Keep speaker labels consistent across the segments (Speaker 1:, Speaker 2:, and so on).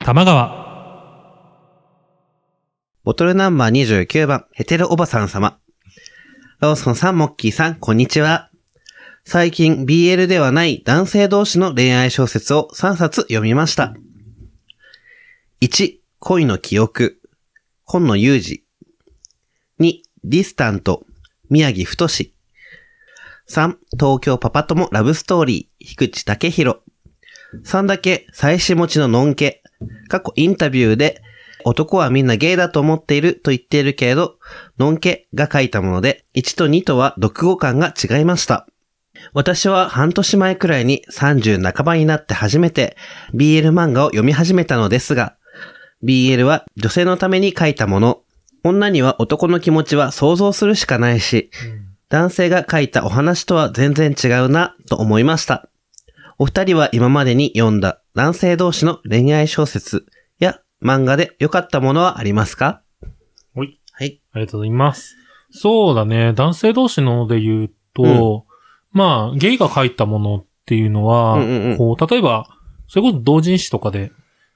Speaker 1: 玉川。
Speaker 2: ボトルナンバー29番、ヘテルおばさん様。ローソンさん、モッキーさん、こんにちは。最近 BL ではない男性同士の恋愛小説を3冊読みました。1、恋の記憶。今野裕二。2、ディスタント。宮城太志。3、東京パパ友ラブストーリー。菊池武弘。3だけ、妻子持ちののんけ。過去インタビューで、男はみんなゲイだと思っていると言っているけれど、のんけが書いたもので、1と2とは読語感が違いました。私は半年前くらいに30半ばになって初めて BL 漫画を読み始めたのですが、BL は女性のために書いたもの。女には男の気持ちは想像するしかないし、男性が書いたお話とは全然違うなと思いました。お二人は今までに読んだ男性同士の恋愛小説や漫画で良かったものはありますか
Speaker 1: はい。
Speaker 2: はい。
Speaker 1: ありがとうございます。そうだね。男性同士ので言うと、まあ、ゲイが書いたものっていうのは、
Speaker 2: うんうんうん
Speaker 1: こう、例えば、それこそ同人誌とかで、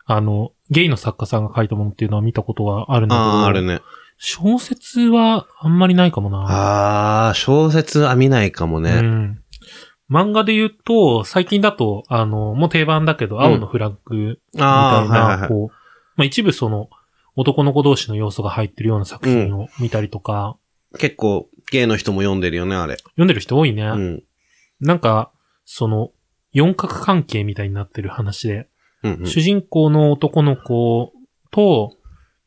Speaker 1: あの、ゲイの作家さんが書いたものっていうのは見たことがあるんだけど、
Speaker 2: ああ、あるね。
Speaker 1: 小説はあんまりないかもな。
Speaker 2: ああ、小説は見ないかも
Speaker 1: う
Speaker 2: ね。
Speaker 1: ん。漫画で言うと、最近だと、あの、もう定番だけど、
Speaker 2: ん
Speaker 1: 青のフラッグみた
Speaker 2: あ
Speaker 1: い
Speaker 2: あ、はい
Speaker 1: な、
Speaker 2: はいはい。
Speaker 1: こう、まあ一部その、男の子同士の要素が入ってるような作品を見たりとか、
Speaker 2: 結構、ゲイの人も読んでるよね、あれ。
Speaker 1: 読んでる人多いね。
Speaker 2: うん。
Speaker 1: なんか、その、四角関係みたいになってる話で、
Speaker 2: うんうん。
Speaker 1: 主人公の男の子と、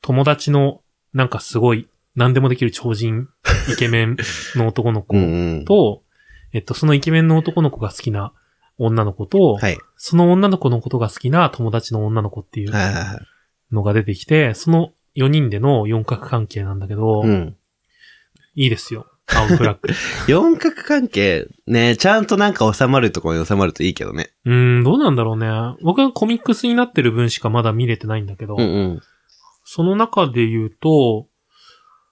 Speaker 1: 友達の、なんかすごい、何でもできる超 人、イケメンの男の子
Speaker 2: うんうん。
Speaker 1: と、えっと、そのイケメンの男の子が好きな女の子と、
Speaker 2: はい。
Speaker 1: その女の子のことが好きな友達の女の子っていう
Speaker 2: はいはいはい。
Speaker 1: のが出てきて、その4人での四角関係なんだけど、
Speaker 2: うん。
Speaker 1: いいですよ。青フラッグ。
Speaker 2: 四角関係、ね、ちゃんとなんか収まるところに収まるといいけどね。
Speaker 1: うーん、どうなんだろうね。僕はコミックスになってる分しかまだ見れてないんだけど、
Speaker 2: うんうん。
Speaker 1: その中で言うと、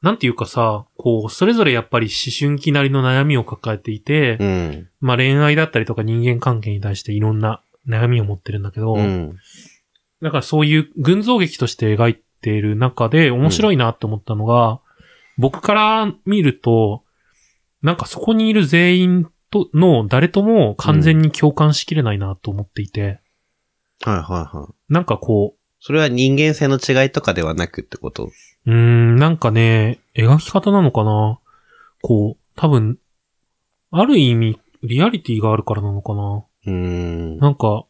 Speaker 1: なんていうかさ、こう、それぞれやっぱり思春期なりの悩みを抱えていて、
Speaker 2: うん。
Speaker 1: まあ恋愛だったりとか人間関係に対していろんな悩みを持ってるんだけど、
Speaker 2: うん。
Speaker 1: だからそういう群像劇として描いている中で面白いなって思ったのが、僕から見ると、なんかそこにいる全員との誰とも完全に共感しきれないなと思っていて、
Speaker 2: はいはいはい。
Speaker 1: なんかこ
Speaker 2: それは人間性の違いとかではなくってこと
Speaker 1: う、うーん、なんかね、描き方なのかなこう、多分、ある意味、リアリティがあるからなのかな
Speaker 2: うーん。
Speaker 1: なんか、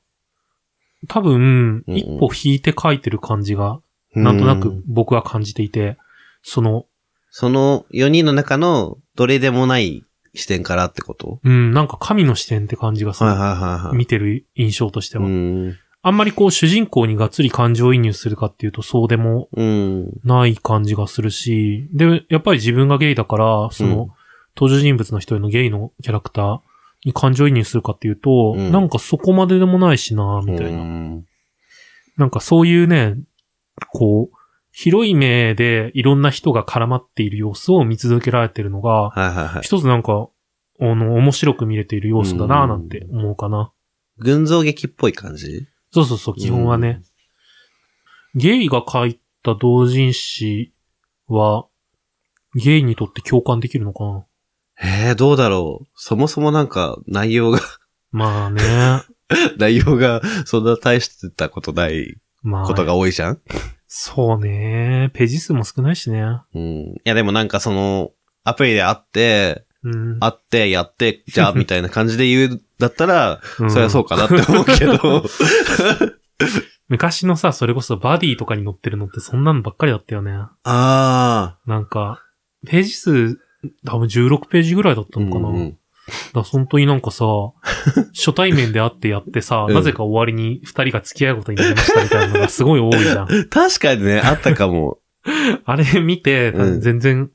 Speaker 1: 多分、
Speaker 2: うん
Speaker 1: 一歩引いて描いてる感じが、なんとなく。僕は感じていて、その、
Speaker 2: その4人の中のどれでもない視点からってこと
Speaker 1: うん、なんか神の視点って感じがす
Speaker 2: はい
Speaker 1: る。
Speaker 2: はいはいはい。
Speaker 1: 見てる印象として
Speaker 2: う
Speaker 1: は。
Speaker 2: ん。
Speaker 1: あんまりこう主人公にがっつり感情移入するかっていうとそうでも
Speaker 2: うん。
Speaker 1: ない感じがするし、で、やっぱり自分がゲイだから、その、
Speaker 2: うん
Speaker 1: 登場人物の一人のゲイのキャラクターに感情移入するかっていうと、
Speaker 2: うん
Speaker 1: なんかそこまででもないしな、みたいな。
Speaker 2: うん
Speaker 1: なんかそういうね、こう、広い目でいろんな人が絡まっている様子を見続けられてるのが、
Speaker 2: はいはいはい。
Speaker 1: 一つなんか、あの、面白く見れている要素だなぁなんて思うかな。
Speaker 2: 群像劇っぽい感じ
Speaker 1: そうそうそう、基本はね。ゲイが書いた同人誌は、ゲイにとって共感できるのかな
Speaker 2: えー、どうだろう。そもそもなんか内容が、
Speaker 1: まあね。
Speaker 2: 内容がそんな大してたことない
Speaker 1: ま
Speaker 2: こと
Speaker 1: あ、
Speaker 2: が多いじゃん、
Speaker 1: そうね。ページ数も少ないしね。
Speaker 2: うん。いやでもなんかその、アプリで会って、
Speaker 1: うん。
Speaker 2: 会って、やって、じゃあ、みたいな感じで言うんだったら、
Speaker 1: うん
Speaker 2: そりゃそうかなって思うけど。
Speaker 1: 昔のさ、それこそバディとかに載ってるのってそんなのばっかりだったよね。
Speaker 2: あ
Speaker 1: なんか、ページ数、多分16ページぐらいだった
Speaker 2: ー。
Speaker 1: のかな。
Speaker 2: うんうん
Speaker 1: だから本当になんかさ、初対面で会ってやってさ、
Speaker 2: うん
Speaker 1: なぜか終わりに二人が付き合うことになりましたみたいなのがすごい多いじゃん。
Speaker 2: 確かにね、あったかも。
Speaker 1: あれ見て、
Speaker 2: うん
Speaker 1: 全然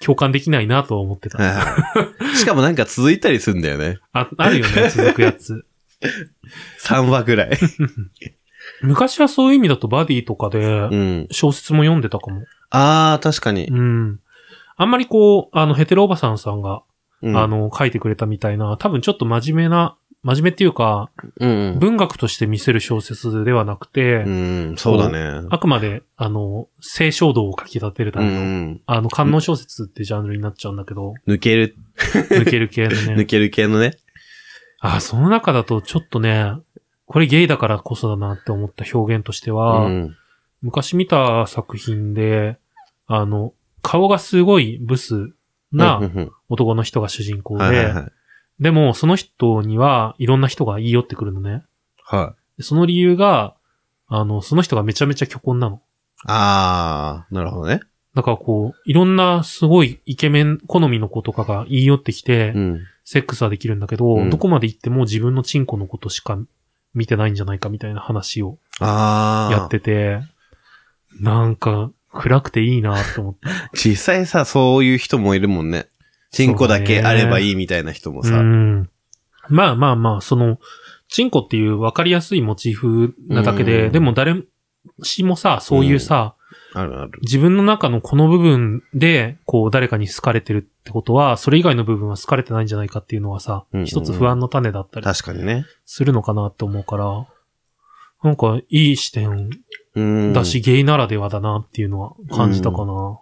Speaker 1: 共感できないなとは思ってた。
Speaker 2: はいはいしかもなんか続いたりすんだよね。
Speaker 1: ああるよ ね、続くやつ。
Speaker 2: 3話ぐらい。
Speaker 1: 昔はそういう意味だとバディとか
Speaker 2: う
Speaker 1: で、
Speaker 2: ん。
Speaker 1: 小説も読んでたかも。
Speaker 2: あー、確かに
Speaker 1: う。ん。あんまりこう、あの、ヘテロおばさんさんが、
Speaker 2: うん
Speaker 1: あの、書いてくれたみたいな、多分ちょっと真面目な真面目っていうか、
Speaker 2: うん。
Speaker 1: 文学として見せる小説ではなくて、
Speaker 2: うん、そうだね。
Speaker 1: あくまで、あの、清少道を書き立てるた
Speaker 2: う
Speaker 1: めの、
Speaker 2: ん。
Speaker 1: あの、観音小説ってジャンルになっちゃうんだけ ど、
Speaker 2: 抜ける、
Speaker 1: 抜ける系の
Speaker 2: 抜
Speaker 1: ね。
Speaker 2: ける系のね。
Speaker 1: あ、その中だとちょっとね、これゲイだからこそだなって思った表現として
Speaker 2: う
Speaker 1: は、
Speaker 2: ん。
Speaker 1: 昔見た作品で、あの、顔がすごいブス
Speaker 2: うん
Speaker 1: な
Speaker 2: うんうん
Speaker 1: 男の人が主人公
Speaker 2: はいはい
Speaker 1: で
Speaker 2: は、い。
Speaker 1: でもその人にはいろんな人が言い寄ってくるのね。
Speaker 2: はい。
Speaker 1: でその理由が、あの、その人がめちゃめちゃ虚婚なの。
Speaker 2: あー、なるほどね。
Speaker 1: だからこう、いろんなすごいイケメン、好みの子とかが言い寄ってきて
Speaker 2: う、ん。
Speaker 1: セックスはできるんだけど、
Speaker 2: うん
Speaker 1: どこまで行っても自分のチンコのことしか見てないんじゃないかみたいな話を
Speaker 2: あー。
Speaker 1: やってて、なんか、暗くていいなと思って。
Speaker 2: 実際さ、そういう人もいるもんね。チンコだけあればいいみたいな人 も
Speaker 1: う
Speaker 2: さ。
Speaker 1: ん。まあまあまあ、その、チンコっていう分かりやすいモチーフなだけで、
Speaker 2: うん
Speaker 1: でも誰しもさ、そういうさ、
Speaker 2: あるある。
Speaker 1: 自分の中のこの部分で、こう、誰かに好かれてるってことは、それ以外の部分は好かれてないんじゃないかっていうのはさ、
Speaker 2: うんうんうん
Speaker 1: 一つ不安の種だったり
Speaker 2: 確かにね。
Speaker 1: するのかなって思うから、なんか、いい視点
Speaker 2: うん。
Speaker 1: だし、。ゲイならではだなっていうのは感じたかな。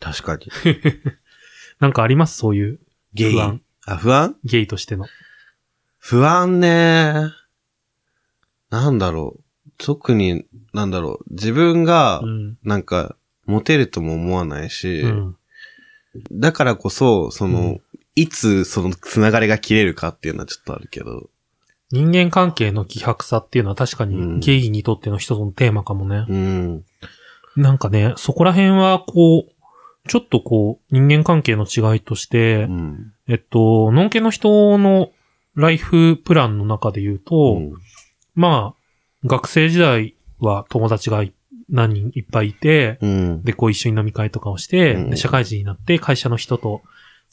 Speaker 2: 確かに。
Speaker 1: なんかありますそういう、
Speaker 2: ゲイ。
Speaker 1: 不安
Speaker 2: あ、不安
Speaker 1: ゲイとしての。
Speaker 2: 不安ね。なんだろう。特に、なんだろう。自分が
Speaker 1: う、ん。
Speaker 2: なんか、モテるとも思わないし、
Speaker 1: うん。
Speaker 2: だからこそ、そうの、いつそのつながりが切れるかっていうのはちょっとあるけど。
Speaker 1: 人間関係の希薄さっていうのは確か
Speaker 2: う
Speaker 1: に
Speaker 2: ん
Speaker 1: ゲイにとっての一つのテーマかもね。
Speaker 2: うん。
Speaker 1: なんかね、そこら辺はこう、ちょっとこう、人間関係の違いとして、
Speaker 2: うん。
Speaker 1: えっと、ノンケの人のライフプランの中で言うと、
Speaker 2: うん
Speaker 1: まあ、学生時代は友達がい何人いっぱいいて、
Speaker 2: うん。
Speaker 1: で、こう一緒に飲み会とかをして、
Speaker 2: うん
Speaker 1: で社会人になって会社の人と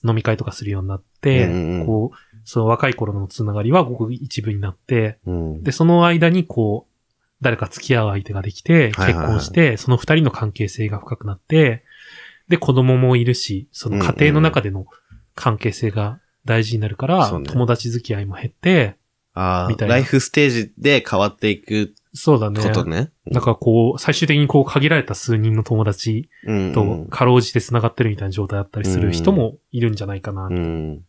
Speaker 1: 飲み会とかするようになって、
Speaker 2: うんうん
Speaker 1: こう、その若い頃のつながりはごく一部になって、
Speaker 2: うん。
Speaker 1: で、その間にこう、誰か付き合う相手ができて、
Speaker 2: はいはい
Speaker 1: 結
Speaker 2: はい
Speaker 1: 婚して、その二人の関係性が深くなって、で、子供もいるし、その家庭の中での関係性が大事になるから、
Speaker 2: そうね
Speaker 1: 友達付き合いも減って、
Speaker 2: あ
Speaker 1: みた
Speaker 2: あ、
Speaker 1: いな
Speaker 2: ライフステージで変わっていく
Speaker 1: そうだね。
Speaker 2: ことね。
Speaker 1: だからこう、最終的にこう限られた数人の友達
Speaker 2: うん
Speaker 1: とかろうじて繋がってるみたいな状態だったりする人もいるんじゃないかな。
Speaker 2: うん。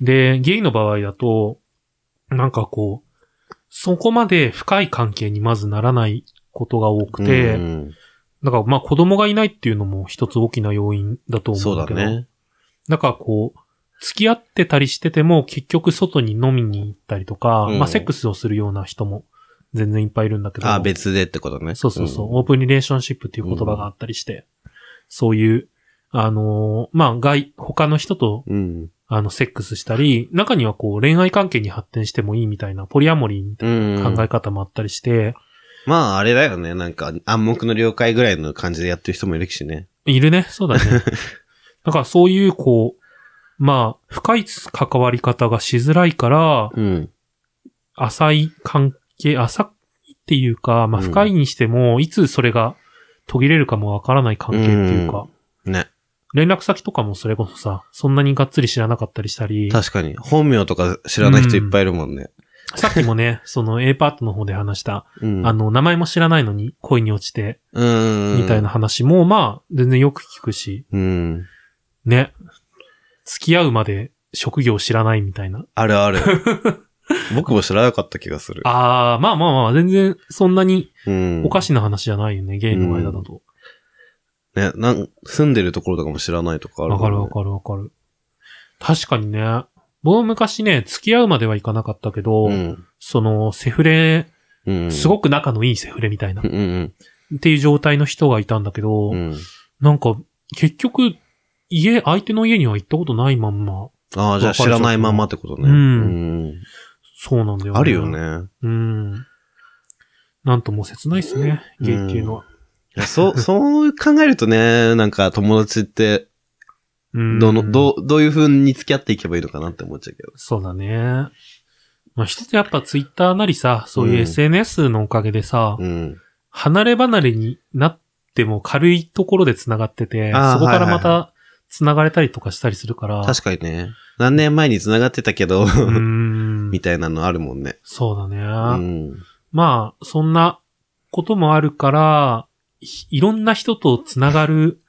Speaker 1: で、ゲイの場合だと、なんかこう、そこまで深い関係にまずならないことが多くて、
Speaker 2: うん
Speaker 1: だからまあ子供がいないっていうのも一つ大きな要因だと思
Speaker 2: そううん
Speaker 1: だ
Speaker 2: だ
Speaker 1: けど。
Speaker 2: ね。
Speaker 1: だからこう、付き合ってたりしてても結局外に飲みに行ったりとか、
Speaker 2: うん
Speaker 1: まあセックスをするような人も全然いっぱいいるんだけど。
Speaker 2: ああ、別でってことね。
Speaker 1: そうそうそう、オープンリレーションシップっていう言葉があったりして、そういう、あのーまあ、外、他の人と、
Speaker 2: うん。
Speaker 1: あの、セックスしたり、中にはこう、恋愛関係に発展してもいいみたいな、ポリアモリーみたい
Speaker 2: うん。
Speaker 1: な考
Speaker 2: 考
Speaker 1: え
Speaker 2: え。
Speaker 1: 方もあったりして、
Speaker 2: まあ、あれだよね。なんか、暗黙の了解ぐらいの感じでやってる人もいるしね。
Speaker 1: いるね、そうだ ね。だからそういう、こう、まあ、深い関わり方がしづらいから、
Speaker 2: うん。
Speaker 1: 浅い関係、浅いっていうか、まあ、
Speaker 2: うん
Speaker 1: 深いにしても、いつそれが途切れるかもわからない関係っていうか、
Speaker 2: うんね。
Speaker 1: 連絡先とかもそれこそさ、そんなにがっつり知らなかったりしたり、
Speaker 2: 確かに。本名とか知らない人いっぱいいるもんね。
Speaker 1: さっきもね、その A パートの方で話した、
Speaker 2: うん。
Speaker 1: あの、名前も知らないのに恋に落ちて、
Speaker 2: うん。
Speaker 1: みたいな。話も、まあ、全然よく聞くし、
Speaker 2: うん。
Speaker 1: ね。付き合うまで職業知らないみたいな。
Speaker 2: あ るある。僕も知らなかった気がする。
Speaker 1: あー、まあまあまあ、全然そんなに
Speaker 2: うん。
Speaker 1: おかしな話じゃないよね、ゲイの間だと。
Speaker 2: ね、なん、住んでるところとかも知らないとかある
Speaker 1: わ
Speaker 2: も
Speaker 1: か
Speaker 2: んね
Speaker 1: るわかるわかる。確かにね、僕も昔ね、付き合うまではいかなかったけど、その、セフレ、
Speaker 2: うん。うん。
Speaker 1: すごく仲のいいセフレみたいな
Speaker 2: う。んうん
Speaker 1: っていう状態の人がいたんだけど、
Speaker 2: うん。うん。
Speaker 1: なんか、結局、家、相手の家には行ったことないまんま。
Speaker 2: ああ、じゃあ知らないまんまってことね。
Speaker 1: うん
Speaker 2: うん
Speaker 1: そうなんだよね。
Speaker 2: あるよ。ね。
Speaker 1: うん。なんともう切ないっすね、
Speaker 2: うん
Speaker 1: ゲイっていうのは。
Speaker 2: いやそう、そう考えるとね、なんか友達って、
Speaker 1: うん。
Speaker 2: どの、どう、どういう風に付き合っていけばいいのかなって思っちゃうけど。
Speaker 1: そうだね。まあ、一つやっぱツイッターなりさ、そういう
Speaker 2: うん
Speaker 1: SNS のおかげでさ、
Speaker 2: うん。
Speaker 1: 離れ離れになっても軽いところで繋がってて、
Speaker 2: あー
Speaker 1: そこから
Speaker 2: はいは
Speaker 1: ま
Speaker 2: いはい
Speaker 1: た繋がれたりとかしたりするから、
Speaker 2: 確かにね。何年前に繋がってた けど、
Speaker 1: うん
Speaker 2: み。たいなのあるもんね。
Speaker 1: そうだね。
Speaker 2: うん。
Speaker 1: まあ、そんなこともあるから、いいろんな人とつながる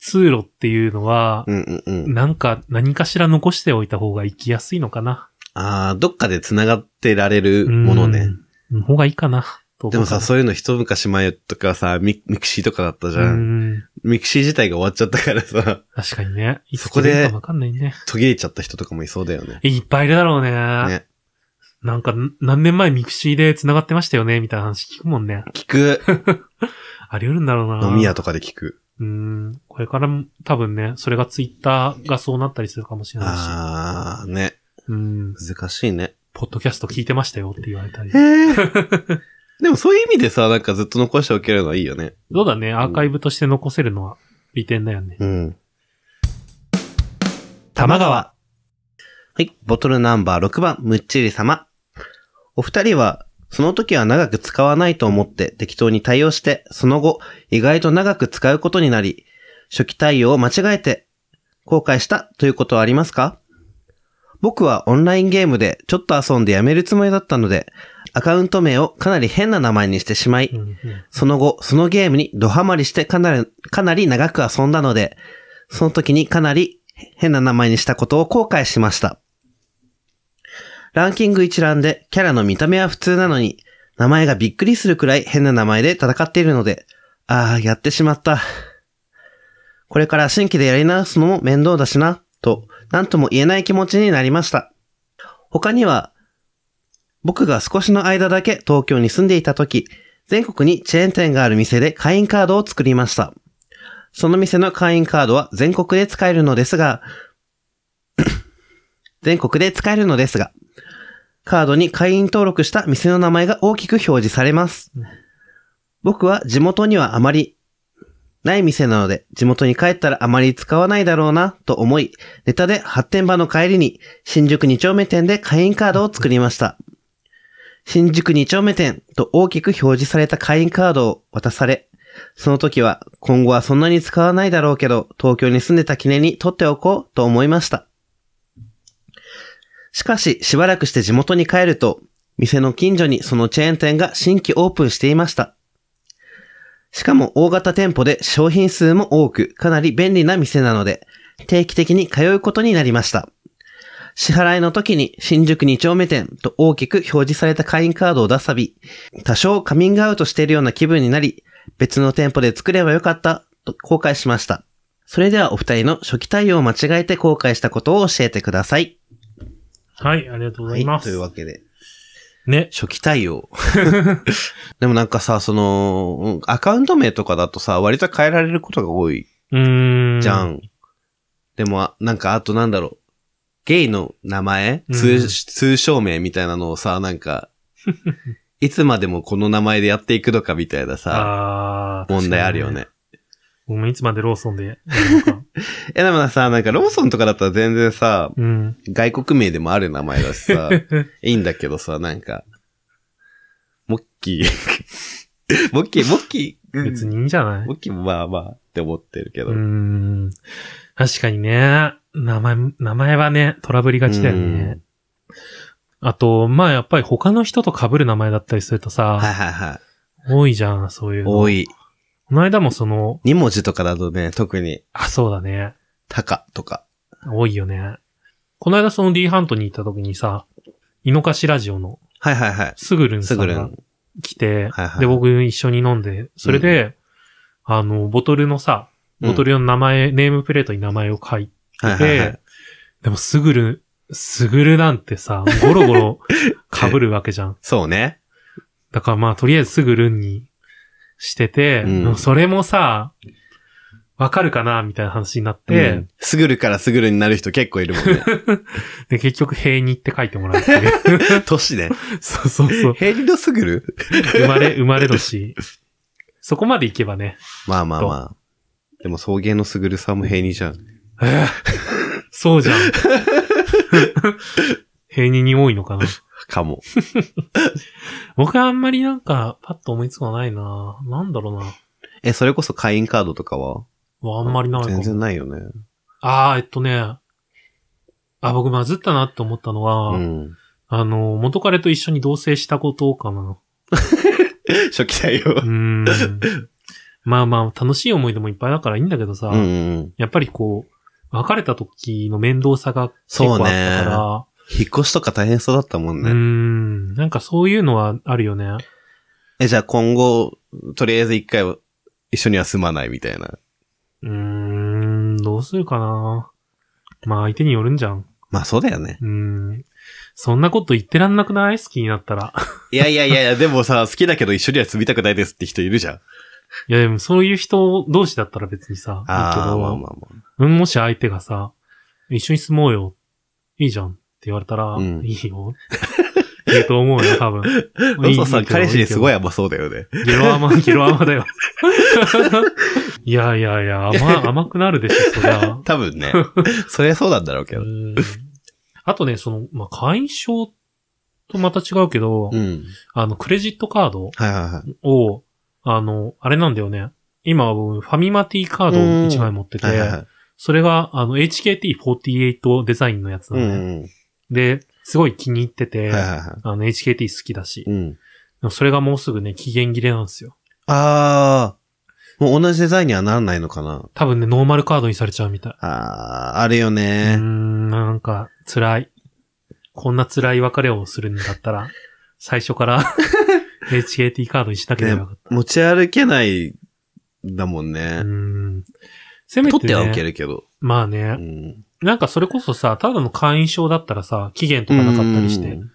Speaker 1: 通路っていうのは、
Speaker 2: うんうんうん。
Speaker 1: なんか何かしら残しておいた方が行きやすいのかな。
Speaker 2: ああ、どっかで繋がってられるものね。
Speaker 1: うん。の方がいいかな。と思う
Speaker 2: でもさ、
Speaker 1: か
Speaker 2: そういうの一昔前とかさ、ミミクシーとかだったじ
Speaker 1: な
Speaker 2: ゃ。
Speaker 1: うんん。
Speaker 2: ミクシー自体が終わっちゃったからさ、
Speaker 1: 確かにね。いつ
Speaker 2: そこで
Speaker 1: 来るかわかんないね。
Speaker 2: 途切れちゃった人とかもいそうだよね。
Speaker 1: いっぱいいるだろうね。
Speaker 2: ね。
Speaker 1: なんか、何年前ミクシーで繋がってましたよね、みたいな話聞くもんね。
Speaker 2: 聞く。
Speaker 1: あり得るんだろうな。
Speaker 2: 飲み屋とかで聞く。
Speaker 1: うん。これからも多分ね、それがツイッターがそうなったりするかもしれないし。
Speaker 2: ああ、ね。
Speaker 1: うん。
Speaker 2: 難しいね。
Speaker 1: ポッドキャスト聞いてましたよって言われたり
Speaker 2: へ。え。 でもそういう意味でさ、なんかずっと残しておけるのはいいよね。
Speaker 1: そうだね、アーカイブとして残せるのは利点だよね。
Speaker 2: うん。
Speaker 1: 玉川。
Speaker 2: はい、ボトルナンバー6番、むっちり様。お二人は、その時は長く使わないと思って適当に対応して、その後、意外と長く使うことになり、初期対応を間違えて、後悔したということはありますか僕はオンラインゲームでちょっと遊んでやめるつもりだったので、アカウント名をかなり変な名前にしてしまい
Speaker 1: うん、うん
Speaker 2: その後、そのゲームにドハマりしてかなり、かなり長く遊んだので、その時にかなり変な名前にしたことを後悔しました。ランキング一覧でキャラの見た目は普通なのに、名前がびっくりするくらい変な名前で戦っているので、ああ、やってしまった。これから新規でやり直すのも面倒だしな、と、なんとも言えない気持ちになりました。他には、僕が少しの間だけ東京に住んでいた時、全国にチェーン店がある店で会員カードを作りました。その店の会員カードは全国で使えるのですが、 全国で使えるのですが、カードに会員登録した店の名前が大きく表示されます。僕は地元にはあまりない店なので、地元に帰ったらあまり使わないだろうなと思い、ネタで発展場の帰りに新宿2丁目店で会員カードを作りました。新宿2丁目店と大きく表示された会員カードを渡され、その時は今後はそんなに使わないだろうけど、東京に住んでた記念に取っておこうと思いました。しかし、しばらくして地元に帰ると、店の近所にそのチェーン店が新規オープンしていました。しかも大型店舗で商品数も多く、かなり便利な店なので、定期的に通うことになりました。支払いの時に新宿2丁目店と大きく表示された会員カードを出さび、多少カミングアウトしているような気分になり、別の店舗で作ればよかったと後悔しました。それではお二人の初期対応を間違えて後悔したことを教えてください。
Speaker 1: はい、ありがとうございま
Speaker 2: と
Speaker 1: す。
Speaker 2: いうわけで、
Speaker 1: ね。
Speaker 2: 初期対応。 でもなんかさ、その、うんアカウント名とかだとさ、割と変えられることが多いう
Speaker 1: ーん。
Speaker 2: じゃん。。でも、あなんか、あとなんだろう。ゲイの名前、通
Speaker 1: うん
Speaker 2: 通称名みたいなのをさ、な んか、いつまでもこの名前でやっていくのかみたいなさ、
Speaker 1: あー
Speaker 2: 問題あるよ。
Speaker 1: 確かに
Speaker 2: ね。
Speaker 1: ねうんいつまでローソンでやるの か。
Speaker 2: え、でもさ、なんかローソンとかだったら全然さ、
Speaker 1: うん。
Speaker 2: 外国名でもある名前だし さ、いいんだけどさ、なんか、モッキー、 モッキー、モッキー、
Speaker 1: 別にいいんじゃない
Speaker 2: モッキーもまあまあって思ってるけど。
Speaker 1: うーん。確かにね。名前、名前はね、トラブりがちだよね。あと、まあやっぱり他の人と被る名前だったりするとさ、
Speaker 2: はいはいはい。
Speaker 1: 多いじゃん、そういうの。
Speaker 2: 多い。
Speaker 1: この間もその、
Speaker 2: 2文字とかだとね、特に、
Speaker 1: あ、そうだね。
Speaker 2: タカとか。
Speaker 1: 多いよね。この間その D ハントに行った時にさ、井の頭ラジオの
Speaker 2: はいはいはい。
Speaker 1: すぐるんさ
Speaker 2: す
Speaker 1: ん
Speaker 2: ぐる
Speaker 1: が
Speaker 2: ん。
Speaker 1: 来て、
Speaker 2: はいはい
Speaker 1: で、僕一緒に飲んで、それで、あの、ボトルのさ、ボトルの名前、ネームプレートに名前を書いて、
Speaker 2: はいはいはい。
Speaker 1: でもすぐる、すぐるなんてさ、ゴロゴ ロ被るわけじゃん。
Speaker 2: そうね。
Speaker 1: だからまあ、とりあえずすぐるんにしてて、
Speaker 2: うん
Speaker 1: でもそれもさ、わかるかなみたいな話になって、
Speaker 2: うんすぐるからすぐるになる人結構いるもんね。
Speaker 1: で、結局、平にって書いてもらうっていう。
Speaker 2: 年ね。
Speaker 1: そうそうそう。
Speaker 2: 平リのすぐる
Speaker 1: 生まれ、生まれ年。そこまでいけばね。
Speaker 2: まあまあまあ。でも送迎のすぐるさんも平リじゃん。
Speaker 1: そうじゃん。平にに多いのかな。
Speaker 2: かも。
Speaker 1: 僕はあんまりなんか、パッと思いつかないななんだろうな。
Speaker 2: え、それこそ会員カードとかは
Speaker 1: わあんまりないか
Speaker 2: 全
Speaker 1: も。
Speaker 2: 然ないよね。
Speaker 1: あー、えっとね。あ、僕まずったなって思ったのは、
Speaker 2: うん。
Speaker 1: あの、元彼と一緒に同棲したことかな。
Speaker 2: 初期対応
Speaker 1: う。ー ん。まあまあ、楽しい思い出もいっぱいだからいいんだけどさ、
Speaker 2: うんうん。
Speaker 1: やっぱりこう、別れた時の面倒さが結構あったか
Speaker 2: 引っ越しとか大変そうだったもん
Speaker 1: ら、うー
Speaker 2: ね。
Speaker 1: ん、なんかそういうのはあるよね。
Speaker 2: え、じゃあ今後、とりあえず一回は一緒には住まないみたいな。
Speaker 1: うーん、どうするかな。まあ相手によるんじゃん。
Speaker 2: まあそうだよね。
Speaker 1: うーん。そんなこと言ってらんなくない好きになったら。
Speaker 2: いやいやいやいや、でもさ、好きだけど一緒には住みたくないですって人いるじゃん。
Speaker 1: いやでもそういう人同士だったら別にさ、いいけ
Speaker 2: ああ、
Speaker 1: ど
Speaker 2: まあまあま
Speaker 1: うん、もし相手がさ、一緒に住もうよ。いいじゃんって言われたら、
Speaker 2: うん
Speaker 1: いいよ。言うと思うよ、多 分。
Speaker 2: あ。ロソさん、彼氏にすごい
Speaker 1: い
Speaker 2: 甘そうだ よね。
Speaker 1: けど。ゲロ甘、ゲロ甘だよ。 いやいやいや、甘、甘くなるでしょ、そりゃ。
Speaker 2: 多分ね。そりゃそうなんだろうけ
Speaker 1: う
Speaker 2: ど。
Speaker 1: んあとね、その、まあ、会員証とまた違うけど、
Speaker 2: うん。
Speaker 1: あの、クレジットカード
Speaker 2: はいはいはい。
Speaker 1: を、あの、あれなんだよね。今は僕、ファミマティカードを1枚持ってて、
Speaker 2: はいはいはい。
Speaker 1: それが、あの、HKT48 デザインのやつな
Speaker 2: う
Speaker 1: のね。
Speaker 2: ん。はい
Speaker 1: で、すごい気に入ってて、
Speaker 2: はいは
Speaker 1: あの、HKT 好きだし、
Speaker 2: い。うん。
Speaker 1: でもそれがもうすぐね、期限切れなんですよ。
Speaker 2: ああ、もう同じデザインにはならないのかな。
Speaker 1: 多分ね、ノーマルカードにされちゃうみたい。
Speaker 2: ああ、あるよ
Speaker 1: う
Speaker 2: ね
Speaker 1: ー。ん、なんか、辛い。こんな辛い別れをするんだった ら、最初から HKT カードにしなければよかっ
Speaker 2: 持ち歩けない、だもん
Speaker 1: た。
Speaker 2: ね
Speaker 1: うー。ん。せめて、ね、
Speaker 2: 取っては受けるけど。
Speaker 1: まあ
Speaker 2: う
Speaker 1: ね、
Speaker 2: ん。
Speaker 1: なんかそれこそさ、ただの会員証だったらさ、期限とかなかったりし
Speaker 2: う
Speaker 1: て
Speaker 2: ん。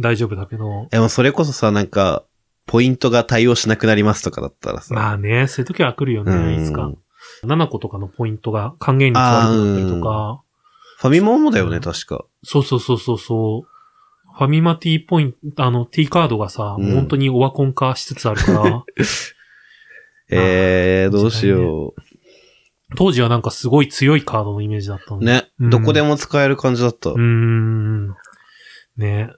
Speaker 1: 大丈夫だけど、
Speaker 2: でもそれこそさ、なんか、ポイントが対応しなくなりますとかだったらさ。
Speaker 1: まあね、そういう時は来るよね、いつ
Speaker 2: う
Speaker 1: か
Speaker 2: ん。
Speaker 1: 7個とかのポイントが還元率悪くなったりとか、
Speaker 2: ファミマもだよね、確か。
Speaker 1: そうそうそうそうそう。ファミマ T ポイント、あの T カードがさ、
Speaker 2: うん
Speaker 1: 本当にオワコン化しつつあるから、
Speaker 2: えー、どうしよ
Speaker 1: 当時はなんかすごい強いカードのイメージだったの
Speaker 2: う。。ね、
Speaker 1: うん
Speaker 2: どこでも使える感じだった。
Speaker 1: うーん。ね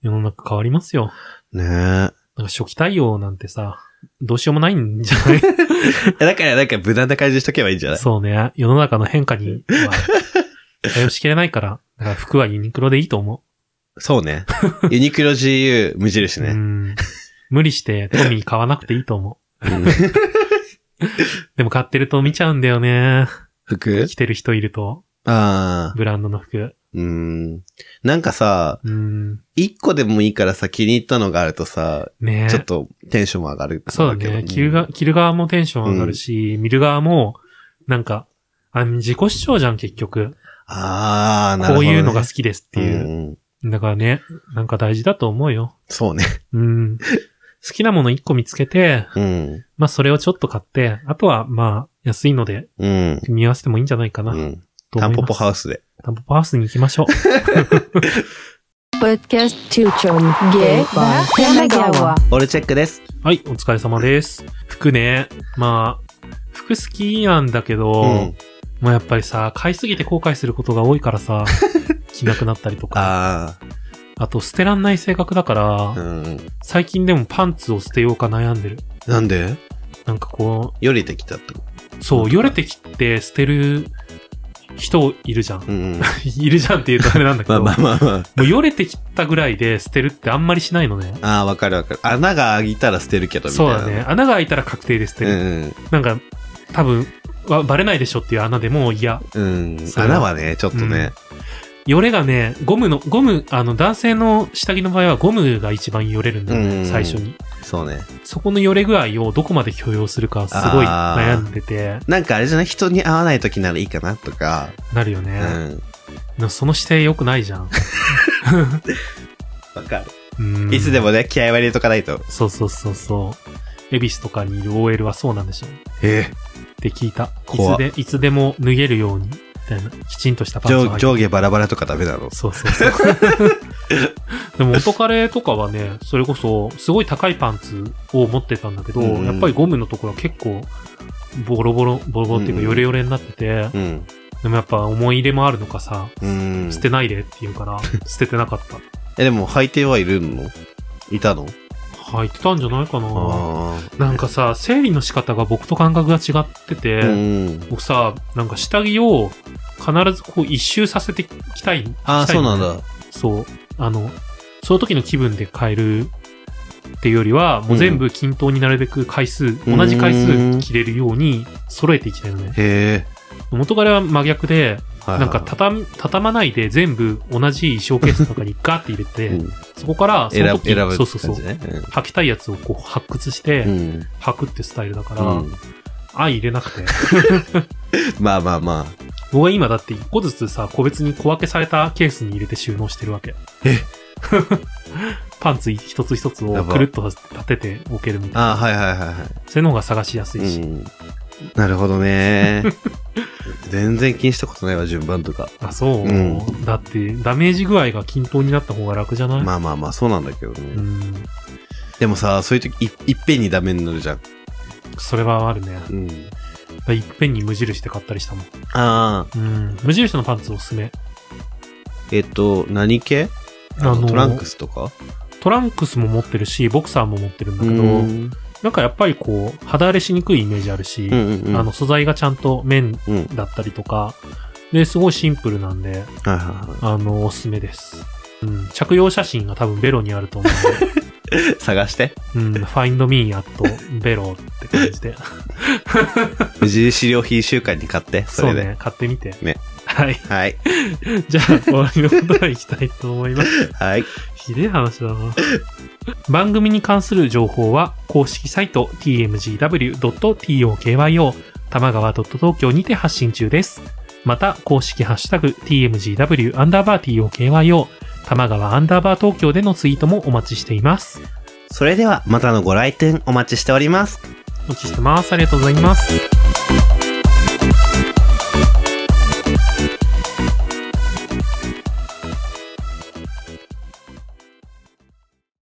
Speaker 1: 世の中変わりますよ。
Speaker 2: ね
Speaker 1: なんか初期対応なんてさ、どうしようもないんじゃ な
Speaker 2: え。だから、なんか無難な感じにしとけばいいんじゃな
Speaker 1: い
Speaker 2: い
Speaker 1: そうね。世の中の変化には対応しきれないから、だから服はユニクロでいいと思
Speaker 2: そう ね。ユニクロ GU 無印
Speaker 1: う。うー
Speaker 2: ね。
Speaker 1: ん。無理してトミー買わなくていいと思
Speaker 2: うん
Speaker 1: う。 でも買ってると見ちゃうんだよね。
Speaker 2: 服
Speaker 1: 着てる人いると、
Speaker 2: ああ。
Speaker 1: ブランドの服。
Speaker 2: うん。なんかさ、
Speaker 1: うーん。
Speaker 2: 一個でもいいからさ、気に入ったのがあるとさ、
Speaker 1: ね
Speaker 2: ちょっとテンションも上がる。
Speaker 1: そうだね。着る
Speaker 2: が
Speaker 1: が、着る側もテンション上がるし、見る側も、なんか、あ、自己主張じゃん、結局。
Speaker 2: ああ、なる
Speaker 1: こ
Speaker 2: ほど
Speaker 1: う
Speaker 2: ね、
Speaker 1: いうのが好きですって
Speaker 2: う
Speaker 1: いう。
Speaker 2: んうん
Speaker 1: だからね、なんか大事だと思うよ。
Speaker 2: そうね。
Speaker 1: うん。 好きなもの一個見つけて、
Speaker 2: うん。
Speaker 1: まあそれをちょっと買って、あとはまあ安いので
Speaker 2: うん。
Speaker 1: 組み合わせてもいいんじゃないかな
Speaker 2: う。ん。
Speaker 1: と
Speaker 2: タ
Speaker 1: 思
Speaker 2: ン
Speaker 1: い
Speaker 2: ポ
Speaker 1: ま
Speaker 2: ポ
Speaker 1: す。
Speaker 2: ハウスで。
Speaker 1: タンポポハウスに行きま しょう。
Speaker 3: Podcast Tuchon Gay by Kanagawa.
Speaker 2: オールチェックです。
Speaker 1: はい、お疲れ様です。服ね、まあ、服好きなんだけど、
Speaker 2: うん。
Speaker 1: もうやっぱりさ、買いすぎて後悔することが多いから さ、着なくなったりとか。
Speaker 2: あ
Speaker 1: あと、捨てらんない性格だから、
Speaker 2: あ。うん。
Speaker 1: 最近でもパンツを捨てようか悩んでる。
Speaker 2: なんで
Speaker 1: なんかこ
Speaker 2: よりできたってこ
Speaker 1: う、そう、よれてきて捨てる人いるじゃん
Speaker 2: と。。うん。
Speaker 1: いるじゃんって言うとあれなんだけ
Speaker 2: まあ
Speaker 1: ど、
Speaker 2: まあまあまあ。
Speaker 1: もうよれてきたぐらいで捨てるってあんまりしないのね。
Speaker 2: ああ、わかるわかる。穴が開いたら捨てるけど、みたい
Speaker 1: そう
Speaker 2: な。
Speaker 1: だね。。穴が開いたら確定で捨て
Speaker 2: う
Speaker 1: る。
Speaker 2: ん
Speaker 1: なんか、多分、わバレないでしょっていう穴でも、いや、
Speaker 2: うん。うん。
Speaker 1: それは
Speaker 2: 穴はね、ちょっとね。
Speaker 1: よれがね、ゴムの、ゴム、あの、男性の下着の場合はゴムが一番よれるんだよ
Speaker 2: うんうんう
Speaker 1: ね、
Speaker 2: ん
Speaker 1: 最初に。
Speaker 2: そうね。
Speaker 1: そこのよれ具合をどこまで許容するか、すごい悩んでて、
Speaker 2: なんかあれじゃない人に合わない時ならいいかなとか。
Speaker 1: なるよ
Speaker 2: う
Speaker 1: ね。
Speaker 2: ん。
Speaker 1: でもその姿勢良くない じゃん。
Speaker 2: わかる。
Speaker 1: うん
Speaker 2: いつで。もね、気合は入れとかないと。
Speaker 1: そうそうそうそう。恵比寿とかにいる OL はそうなんでしょっ
Speaker 2: え
Speaker 1: て聞いた。い
Speaker 2: 怖
Speaker 1: つ
Speaker 2: っ
Speaker 1: で、いつでも脱げるように、みたいな。きちんとしたパンツを履い
Speaker 2: 上
Speaker 1: て
Speaker 2: 上下バラバラとかダメなの
Speaker 1: そうそう そう。でも元カレとかはね、それこそ、すごい高いパンツを持ってたんだけど、
Speaker 2: うん
Speaker 1: やっぱりゴムのところは結構、ボロボロ、ボロボロっていうか、
Speaker 2: うん
Speaker 1: ヨレヨレになってて、
Speaker 2: うん。
Speaker 1: でもやっぱ思い入れもあるのかさ、
Speaker 2: うん。
Speaker 1: 捨てないでっていうから、捨ててなかった。
Speaker 2: え、でも履いてはいるのいたの
Speaker 1: 履いてたんじゃないかな。
Speaker 2: あ
Speaker 1: なんかさ、整理の仕方が僕と感覚が違ってて、
Speaker 2: あ。うん。
Speaker 1: 僕さ、なんか下着を必ずこう一周させてきたい。
Speaker 2: ああ、
Speaker 1: したい
Speaker 2: そうなんだ。
Speaker 1: そう。あの、その時の気分で変えるっていうよりは、もう全部均等になるべく回数、
Speaker 2: ん
Speaker 1: 同じ回数切れるように揃えていきたいのね。
Speaker 2: へえ。
Speaker 1: 元彼は真逆で、
Speaker 2: はいはい
Speaker 1: なんか畳む、畳まないで全部同じ衣装ケースの中にガーって入れて、
Speaker 2: うん
Speaker 1: そこからその
Speaker 2: 選ぶ、
Speaker 1: 時、
Speaker 2: 選ぶ
Speaker 1: そうそうそう
Speaker 2: っ。て感じね。
Speaker 1: 履きたいやつをこう発掘して、
Speaker 2: うんうん
Speaker 1: 履くってスタイルだから、
Speaker 2: うん
Speaker 1: 相入れなくて。
Speaker 2: まあまあまあ。
Speaker 1: 僕は今だって一個ずつさ、個別に小分けされたケースに入れて収納してるわけ。
Speaker 2: え
Speaker 1: パンツ一つ一つ
Speaker 2: や
Speaker 1: を
Speaker 2: ば
Speaker 1: くるっと立てておけるみたいな。
Speaker 2: ああ、はいはいはいはい。
Speaker 1: それの方が探しやすいし。
Speaker 2: うん、なるほどね 全然気にしたことないわ順番とか
Speaker 1: あ、そう、
Speaker 2: うん
Speaker 1: だって、ダメージ具合が均等になった方が楽じゃない、
Speaker 2: まあまあまあそうなんだけどね、
Speaker 1: うん。
Speaker 2: でもさそういう時いいっぺんにダメになるじゃん、
Speaker 1: それはあるね。
Speaker 2: うん、
Speaker 1: いっぺんに無印で買ったりしたもん。
Speaker 2: ああ
Speaker 1: うん。無印のパンツおすすめ。
Speaker 2: えっと何系あの
Speaker 1: あの
Speaker 2: トランクスとか
Speaker 1: トランクスも持ってるし、ボクサーも持ってるんだ
Speaker 2: う
Speaker 1: け
Speaker 2: ん
Speaker 1: ど、
Speaker 2: うん
Speaker 1: なんかやっぱりこう、肌荒れしにくいイメージあるし、
Speaker 2: うんうん
Speaker 1: あの、素材がちゃんと綿
Speaker 2: うんはい
Speaker 1: だったりとか、で、すごいシンプルなんで、
Speaker 2: はいは
Speaker 1: あの、おすすめです。うん。着用写真が多分ベロにあると思
Speaker 2: い探して
Speaker 1: うんで、うん。find me at ベロって感じで。
Speaker 2: 無印良品週間に買ってそ
Speaker 1: そう
Speaker 2: れで
Speaker 1: ね、買ってみて。
Speaker 2: ね。
Speaker 1: はい。
Speaker 2: はい
Speaker 1: じゃあ、終わりのことに行きたいと思います。
Speaker 2: はい
Speaker 1: ひでえ話だな。 番組に関する情報は、公式サイト tmgw.tokyo 玉川 .tokyo にて発信中です。また、公式ハッシュタグ tmgw アンダーバー tokyo 玉川アンダーバー東京でのツイートもお待ちしています。
Speaker 2: それではまたのご来店お待ちしております
Speaker 1: お待ちしてます。ありがとうございます。